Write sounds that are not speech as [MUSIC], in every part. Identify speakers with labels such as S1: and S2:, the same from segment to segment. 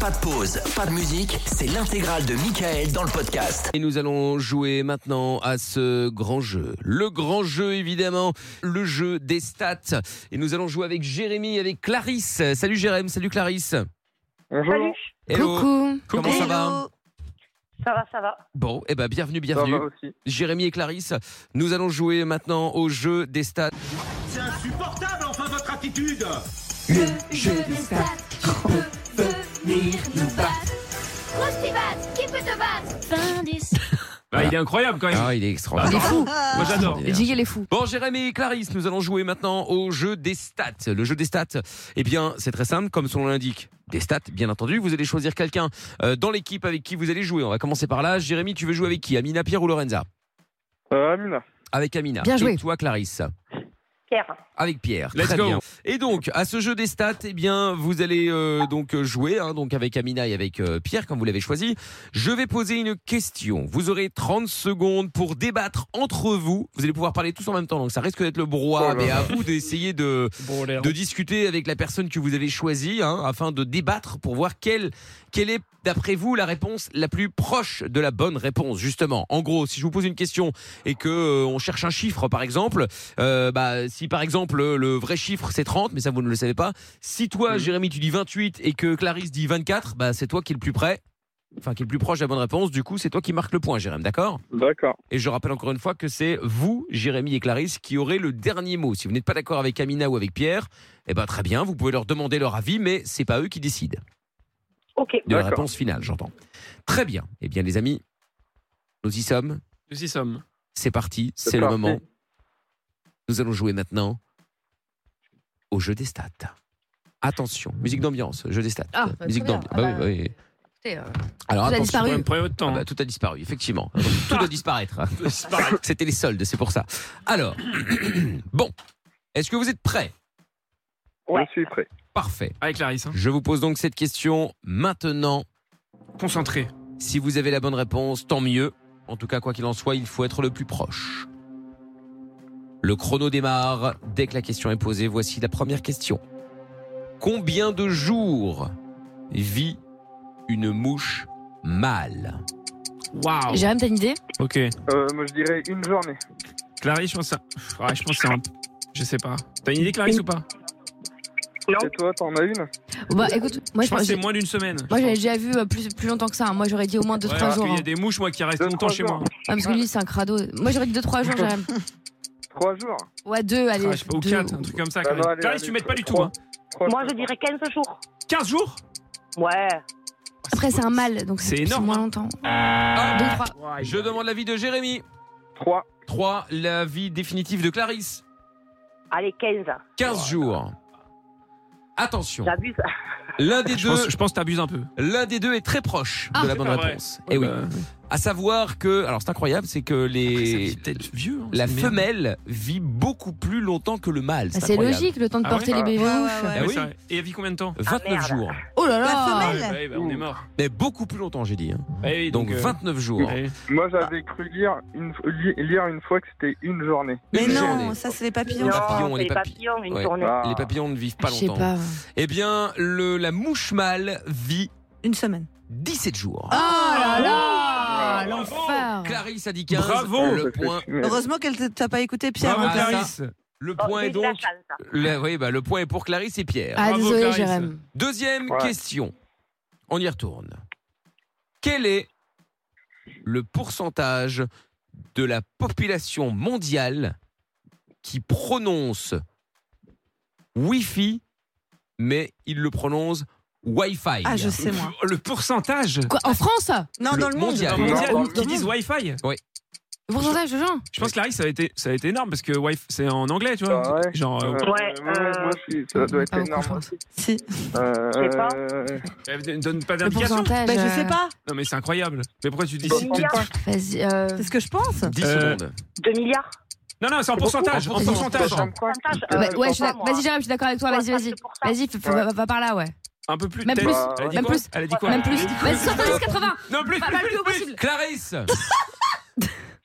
S1: Pas de pause, pas de musique, c'est l'intégrale de Michael dans le podcast.
S2: Et nous allons jouer maintenant à ce grand jeu. Le grand jeu, évidemment, le jeu des stats. Et nous allons jouer avec Jérémy, avec Clarisse. Salut Jérémy, salut Clarisse.
S3: Bonjour.
S4: Salut.
S2: Hello.
S5: Coucou.
S2: Comment ça va
S4: Ça va, ça va.
S2: Bon, eh ben, bienvenue,
S3: Ça va
S2: bienvenue.
S3: aussi.
S2: Jérémy et Clarisse, nous allons jouer maintenant au jeu des stats.
S6: C'est insupportable enfin votre attitude
S7: qui peut te battre
S8: Bah, il est incroyable quand même.
S2: Ah, il est
S5: Il est
S2: extraordinaire.
S5: fou.
S8: Moi j'adore.
S2: Ah, Extraordinaire.
S5: Jiggy, il est fou.
S2: Bon, Jérémy et Clarisse, nous allons jouer maintenant au jeu des stats. Le jeu des stats, eh bien, c'est très simple, comme son nom l'indique. Des stats, bien entendu. Vous allez choisir quelqu'un euh, dans l'équipe avec qui vous allez jouer. On va commencer par là. Jérémy, tu veux jouer avec qui Amina, Pierre ou Lorenza
S3: Euh, Amina.
S2: Avec Amina.
S5: Bien joué.
S2: Et toi, Clarisse
S4: Pierre.
S2: avec Pierre.
S8: Let's
S2: Très
S8: go.
S2: bien. Et donc à ce jeu des stats, eh bien vous allez euh, donc jouer hein, donc avec Amina et avec euh, Pierre comme vous l'avez choisi. Je vais poser une question. Vous aurez 30 secondes pour débattre entre vous. Vous allez pouvoir parler tous en même temps donc ça risque d'être le brouhaha
S3: Oh là
S2: mais
S3: là.
S2: à vous d'essayer de de discuter avec la personne que vous avez choisie hein, afin de débattre pour voir quelle, quelle est, d'après vous, la réponse la plus proche de la bonne réponse, justement. En gros, si je vous pose une question et que euh, on cherche un chiffre, par exemple, euh, bah, si par exemple euh, le vrai chiffre c'est 30, mais ça vous ne le savez pas, si toi, Jérémy, tu dis 28 et que Clarisse dit 24, bah, c'est toi qui es le plus près. Enfin, qui est le plus proche de la bonne réponse, du coup, c'est toi qui marque le point, Jérémy, d'accord
S3: D'accord.
S2: et je rappelle encore une fois que c'est vous, Jérémy et Clarisse, qui aurez le dernier mot. Si vous n'êtes pas d'accord avec Amina ou avec Pierre, eh ben très bien, vous pouvez leur demander leur avis, mais c'est pas eux qui décident
S4: Ok.
S2: de la
S3: D'accord.
S2: réponse finale, j'entends. Très bien. Eh bien, les amis, nous y sommes.
S8: Nous y sommes.
S2: C'est parti.
S3: C'est
S2: C'est le
S3: parti.
S2: moment. Nous allons jouer maintenant au jeu des stats. Attention, musique d'ambiance, jeu des stats.
S5: Ah, bah,
S2: musique
S5: très bien.
S2: d'ambiance.
S5: Ah
S2: Bah oui,
S5: bah,
S2: bah oui.
S5: écoutez, euh,
S2: Alors
S5: tout a
S2: attention.
S5: disparu. Ah.
S8: Prenez, prenez votre
S2: Ah
S8: temps. hein.
S2: bah, tout a disparu, effectivement. Tout doit disparaître. [LAUGHS] C'était les soldes, c'est pour ça. Alors, [CLEARS THROAT] bon, est-ce que vous êtes prêts
S4: Ouais.
S3: Je suis prêt.
S2: Parfait.
S8: Avec Clarisse. Hein.
S2: Je vous pose donc cette question maintenant.
S8: Concentré.
S2: Si vous avez la bonne réponse, tant mieux. En tout cas, quoi qu'il en soit, il faut être le plus proche. Le chrono démarre. Dès que la question est posée, voici la première question. Combien de jours vit une mouche mâle
S8: Waouh.
S5: Jérém, t'as une idée
S8: Ok.
S3: Euh, moi, je dirais une journée.
S8: Clarisse, je pense ça. Pff, Ouais, je pense que c'est un. Je sais pas. T'as une idée Clarisse ou pas
S3: Et toi, t'en as une
S5: Bah écoute, moi
S8: Je pense
S5: je
S8: que
S5: pense.
S8: c'est moins d'une semaine.
S5: Moi j'avais déjà vu euh, plus, plus longtemps que ça. hein. Moi j'aurais dit au moins 2-3
S8: Ouais, parce
S5: jours.
S8: qu'il y a
S5: hein.
S8: des mouches moi qui restent
S3: Deux,
S8: longtemps
S3: trois
S8: chez
S3: jours.
S8: moi.
S5: Ouais, parce que lui c'est un crado. Moi j'aurais dit 2-3 jours, Jérém.
S3: Trois jours.
S5: Ouais, 2, allez.
S8: Ah, je sais pas, ou
S5: deux.
S8: 4, un truc comme ça.
S3: Bah,
S8: Clarisse,
S3: non, allez,
S8: Clarisse,
S3: allez,
S8: tu m'aides pas du tout.
S3: trois.
S8: Hein.
S3: Trois
S4: Moi,
S3: jours.
S4: je dirais 15 jours.
S8: 15 jours
S4: Ouais.
S5: Après c'est un mâle, donc c'est
S8: C'est énorme,
S5: moins
S8: hein.
S5: longtemps. Bah,
S2: Ah,
S5: 2-3.
S2: Je demande l'avis de Jérémy.
S3: Trois.
S2: 3. L'avis définitif de Clarisse.
S4: Allez, 15.
S2: 15 jours. Attention,
S4: J'abuse.
S2: l'un des,
S8: Je
S2: deux,
S8: pense, je pense que t'abuses un peu.
S2: l'un des deux est très proche
S5: Ah,
S2: de la bonne
S8: pas vrai.
S2: réponse. Et oui.
S8: Bah,
S2: À savoir que, alors c'est incroyable, c'est que
S8: après, ça me
S2: les,
S8: fait peut-être vieux. hein,
S2: la
S8: cette merde.
S2: femelle vit beaucoup plus longtemps que le mâle.
S5: Bah,
S2: C'est
S5: c'est
S2: incroyable.
S5: logique, le temps de
S8: Ah ouais
S5: porter les
S3: Ah.
S5: bébés.
S9: Ouais,
S5: mouches.
S9: ouais,
S8: Ah
S9: ouais.
S2: Ah
S8: oui,
S2: oui.
S8: c'est vrai. Et elle vit combien de temps
S4: Ah,
S2: 29
S4: merde.
S2: jours.
S5: Oh là
S9: La
S5: là
S9: femelle
S8: Ouais, bah, on est mort.
S2: Mais beaucoup plus longtemps, j'ai dit. hein.
S8: Bah oui,
S2: Donc
S8: euh,
S2: 29 jours.
S8: ouais.
S4: Ah.
S3: Moi, j'avais cru lire une, li- lire une fois que c'était une journée.
S9: Mais
S2: Une
S9: non,
S2: journée.
S9: ça c'est les papillons.
S4: Non,
S2: papillons,
S4: c'est
S2: les
S4: les papillons, une
S2: Ouais.
S4: journée.
S3: Ah.
S2: Les papillons ne vivent pas
S5: Je sais
S2: longtemps.
S5: pas.
S2: Eh bien, le, la mouche mâle vit
S9: Une semaine.
S2: 17 jours.
S5: Oh là là
S8: Ah,
S5: L'enfer
S2: Clarisse a dit 15.
S8: Bravo.
S2: le point,
S3: Euh.
S9: Heureusement qu'elle t- t'a pas écouté, Pierre. hein.
S8: Bravo
S2: Ah, ça.
S8: Clarisse.
S2: le
S4: Bon,
S2: point
S4: Oh, j'ai
S2: est
S4: eu de la
S2: donc.
S4: chance, hein.
S2: le- oui, bah, le point est pour Clarisse et Pierre.
S5: Ah
S8: Bravo,
S5: désolé
S8: Clarisse.
S5: Jérém.
S2: Deuxième
S3: Ouais.
S2: question. On y retourne. Quel est le pourcentage de la population mondiale qui prononce Wi-Fi, mais il le prononce Wi-Fi
S9: Ah, je sais, moi.
S8: Le pourcentage
S5: Quoi, en France
S9: Non,
S2: Le
S9: dans le monde.
S2: mondial.
S8: Dans
S2: Non,
S8: le
S3: dans
S8: mondial
S3: le
S8: qui
S5: monde.
S8: disent Wi-Fi.
S5: Le pourcentage de gens
S8: Je pense que Clarisse, ça a été, ça a été énorme parce que Wi-Fi, c'est en anglais, tu vois.
S3: Ah ouais.
S8: Genre, euh,
S4: Ouais, euh, hein.
S3: moi, je suis- ça doit être
S5: Ah, beaucoup, je
S3: énorme.
S5: pense.
S9: Si.
S3: Euh,
S4: Je sais pas.
S3: euh,
S8: elle donne pas
S5: Le
S8: d'indication.
S5: pourcentage.
S9: Bah, je
S5: euh,
S9: sais pas.
S8: Non, mais c'est incroyable. Mais pourquoi tu dis
S4: Deux
S8: si-
S4: milliards.
S5: Vas-y. euh,
S9: C'est ce que je pense.
S2: 10
S8: Euh,
S2: secondes.
S4: 2 milliards.
S8: Non, non, c'est en pourcentage. En
S2: beaucoup.
S8: pourcentage.
S3: ça me croit.
S4: Pourcentage,
S5: bah,
S4: euh,
S5: ouais,
S4: je
S5: je
S4: pense
S5: suis
S4: pas,
S5: d'ac-
S4: moi.
S5: vas-y, Jérém, je suis d'accord avec toi. Vas-y, vas-y.
S4: 60%.
S5: Vas-y, f- f- va, va par là, ouais.
S8: Un peu plus.
S5: Même
S8: peut-être.
S5: plus.
S8: Elle a dit
S5: Même
S8: quoi
S5: plus.
S8: Elle a dit quoi
S5: Même plus.
S8: Elle a dit
S5: Vas-y,
S8: quoi
S5: 70, 80.
S8: Non, plus,
S5: Pas
S8: plus,
S5: le plus haut
S8: plus,
S5: possible.
S2: Clarisse,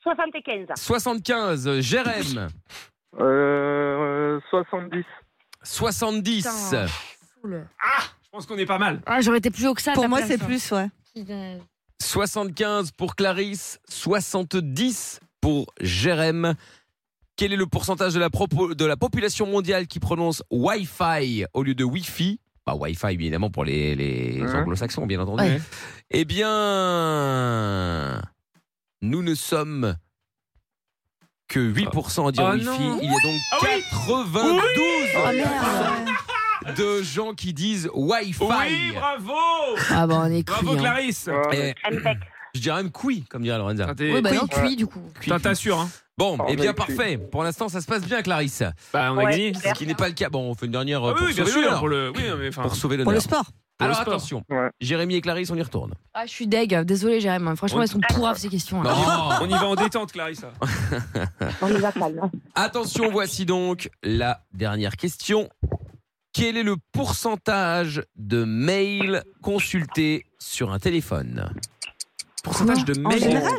S4: 75.
S2: 75. Jérém,
S3: Euh, euh, 70.
S2: 70.
S5: Putain.
S8: Je pense qu'on est pas mal.
S5: Ah, J'aurais été plus haut que ça.
S9: Pour
S5: t'as
S9: moi,
S5: pas
S9: c'est
S5: ça.
S9: plus, ouais.
S2: 75 pour Clarisse, 70 pour Jérém. Quel est le pourcentage de la, propo- de la population mondiale qui prononce Wi-Fi au lieu de Wi-Fi bah, Wi-Fi, évidemment, pour les, les
S3: Ouais.
S2: anglo-saxons, bien entendu.
S8: Ouais.
S2: Eh bien, nous ne sommes que 8% à dire
S8: Oh
S2: Wi-Fi.
S8: non.
S2: Il y a donc
S8: Ah oui.
S2: 92
S9: Oh merde. ouais.
S2: de gens qui disent Wi-Fi.
S8: Oui, bravo
S5: Ah bah on est
S8: Bravo
S5: cuit. hein.
S8: Clarisse
S3: Ah,
S2: Eh,
S4: Mpec.
S2: je dirais même couille, comme dirait Lorenza.
S8: Putain,
S5: Oui,
S8: t'es-
S5: bah non,
S3: Cuit.
S5: cuit du coup.
S8: putain, t'assures, hein
S2: Bon,
S3: Oh,
S2: eh bien
S3: mais-
S2: parfait. Pour l'instant, ça se passe bien, Clarisse.
S8: Bah, on a
S4: Ouais,
S8: gagné.
S4: super.
S2: Ce qui n'est pas le cas. Bon, on fait une dernière euh,
S8: Ah
S2: pour,
S8: oui, bien
S2: sauver
S8: sûr,
S2: l'honneur.
S8: pour le. Oui, non, mais enfin.
S2: Pour sauver
S9: Pour le
S2: l'honneur.
S9: sport.
S8: pour le
S2: Alors
S8: sport.
S2: attention,
S3: Ouais.
S2: Jérémy et Clarisse, on y retourne.
S5: Ah, je suis deg. Désolé, Jérém. Franchement,
S8: On-
S5: elles sont pourraves ces questions.
S8: On
S5: là.
S8: y va- on y va en détente, Clarisse.
S4: On y va calme. hein.
S2: Attention, voici donc la dernière question. Quel est le pourcentage de mails consultés sur un téléphone
S8: Pourcentage de
S9: En
S8: mails.
S9: général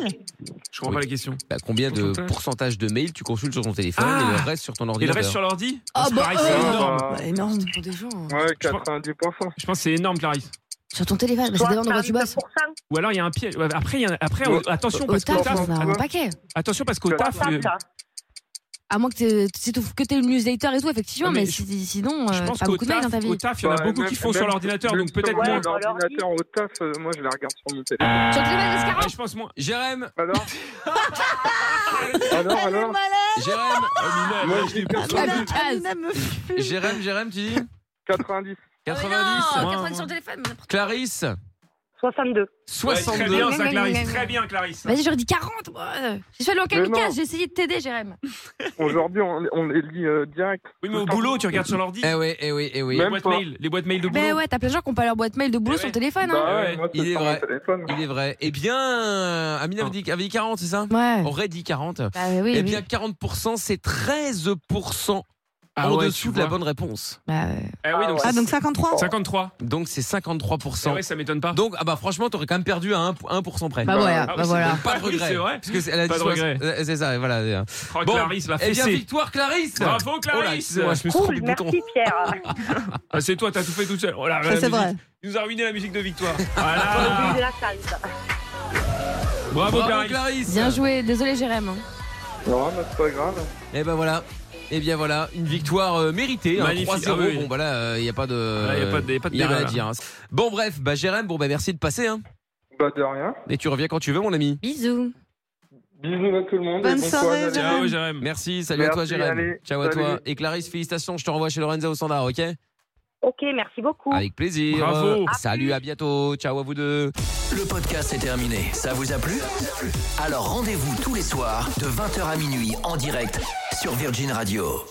S8: Je comprends
S2: Oui.
S8: pas la question.
S2: Bah, Combien de
S8: Pourcentage.
S2: pourcentage de mails tu consultes sur ton téléphone
S8: Ah.
S2: et le reste sur ton
S8: Et le
S2: ordinateur
S8: reste sur l'ordi
S5: Ah,
S8: C'est
S5: bah,
S8: pareil,
S5: euh,
S8: c'est
S5: non.
S8: énorme.
S3: bah,
S9: Bah, énorme.
S5: C'est pour des gens. hein.
S3: Ouais, 90%.
S8: Je pense que c'est énorme, Clarisse.
S5: Sur ton téléphone, mais ça dépend de quoi tu bosses.
S4: 62%,
S8: Ou alors il y a un piège. Ouais, Après, il y a un- après
S3: Ouais.
S8: euh, attention,
S5: Au
S8: parce qu'au
S5: taf,
S8: taf,
S5: on a un paquet.
S8: attention parce qu'au taf,
S4: ça,
S8: euh,
S4: ça.
S5: À moins que t'aies si t'ouvres que t'aies le newsletter et tout, effectivement,
S8: Ouais, mais
S5: mais,
S8: je-
S5: si- sinon,
S8: je
S5: euh,
S8: pense
S5: t'as
S8: qu'au
S5: beaucoup de mails
S8: taf,
S5: dans ta
S8: au
S5: vie.
S8: taf, il y en a
S3: Ouais,
S8: beaucoup
S3: même-
S8: qui font sur
S3: même-
S8: l'ordinateur,
S3: même
S8: donc peut-être
S4: sur
S8: moins.
S4: moi,
S3: L'ordinateur au taf, euh, moi je la regarde sur mon téléphone.
S8: [LAUGHS]
S5: Sur le téléphone, c'est
S8: Ouais,
S5: 40.
S8: je pense moins.
S2: Jérém,
S4: [LAUGHS]
S3: Alors Alors, alors
S8: [LAUGHS] Ah,
S2: Jérém, oh,
S3: Moi je dis
S5: Ah,
S9: Amina-
S5: mais casse.
S9: Amina me fume.
S2: Jérém, Jérém, tu
S8: Oh,
S2: dis
S3: 90.
S5: Oh,
S2: 90
S5: non,
S8: Ouais,
S5: 80
S8: ouais.
S5: sur le téléphone. mais n'importe
S2: Clarisse
S4: 62.
S8: Ouais, très
S2: 62
S8: bien ça, Clarisse. Très bien, Clarisse.
S5: quoi. Vas-y, j'aurais dit 40. moi. J'ai fait le
S3: Mais
S5: local
S3: non.
S5: Lucas, j'ai essayé de t'aider, Jérém.
S3: Aujourd'hui, on, on les lit euh, direct.
S8: Oui, mais au boulot, tu regardes sur l'ordi.
S2: Eh oui, eh oui, eh oui.
S8: Les
S3: Même
S8: boîtes
S3: pas.
S8: mail, les boîtes mail de
S5: Mais
S8: boulot.
S5: ouais, t'as plein de gens qui ont pas leur boîte mail de boulot
S8: Eh
S5: sur
S8: ouais.
S5: le
S9: Ah,
S5: téléphone. hein.
S3: Bah
S8: ouais.
S3: ouais, moi c'est
S2: Il est
S3: sur
S2: vrai.
S3: mon téléphone.
S2: Il est vrai. Eh bien, Amina avait dit, avait dit 40, c'est ça
S5: hein. Ouais.
S2: Aurait dit 40.
S5: Bah oui,
S2: eh
S5: oui.
S2: bien, 40%, c'est 13%
S8: Ah
S2: en
S8: ouais, tu
S2: dessous de la
S8: vois.
S2: bonne réponse.
S5: Bah, euh,
S8: Eh oui, donc
S9: Ah, donc
S8: c'est
S9: 53
S8: 53.
S2: Donc, c'est 53%.
S8: Eh ouais, ça m'étonne pas.
S2: Donc, ah bah, franchement, t'aurais quand même perdu à 1%, près.
S5: bah voilà,
S8: ah oui,
S5: bah
S8: c'est
S5: voilà.
S8: bon.
S2: Pas de
S8: Oui,
S2: regret.
S8: c'est vrai.
S2: Parce que c'est- elle a
S8: Pas
S2: dit
S8: de
S2: soix-
S8: regret.
S2: euh, C'est ça, et voilà.
S8: Oh,
S2: Bon.
S8: Clarisse l'a
S2: Eh bien,
S8: fessée.
S2: victoire, Clarisse
S8: Bravo,
S2: Oh là,
S8: Clarisse.
S2: excusez-moi, je me suis trompé
S4: Cool,
S2: de bouton.
S4: merci [LAUGHS] Pierre.
S8: Ah, c'est toi, t'as tout fait toute seule. Oh là,
S9: Ça,
S8: la
S9: c'est
S8: musique.
S9: vrai.
S8: Il nous a ruiné la musique de victoire.
S4: Au début
S8: Voilà.
S4: de la calme.
S8: Bravo,
S2: Bravo,
S8: Clarisse.
S2: Clarisse
S5: Bien joué, désolé Jérém. hein.
S3: Non, mais c'est pas grave.
S2: Et ben voilà. Et bien voilà, une victoire euh, méritée, hein,
S8: Magnifique.
S2: 3-0.
S8: Ah oui.
S2: Bon bah là, il n'y a pas de
S8: Là, y a pas de- y a pas de
S2: y a rien
S8: débat,
S2: à
S8: là.
S2: dire. hein. Bon bref, bah Jérém, bon bah merci de passer hein.
S3: Bah de rien.
S2: Et tu reviens quand tu veux mon ami.
S5: Bisous.
S3: Bisous à tout le monde.
S9: Bonne
S3: et bon
S9: soirée,
S3: courage à
S9: Jérôme.
S8: Ciao, Jérém.
S2: Merci, salut à
S3: Merci,
S2: toi Jérém.
S3: allez,
S2: Ciao à toi.
S3: salut.
S2: Et Clarisse, félicitations, je te renvoie chez Lorenza au standard, OK
S4: Ok, merci beaucoup.
S2: Avec plaisir.
S8: Bravo.
S2: Salut, à bientôt. Ciao à vous deux.
S1: Le podcast est terminé. Ça vous a plu Alors rendez-vous tous les soirs de 20h à minuit en direct sur Virgin Radio.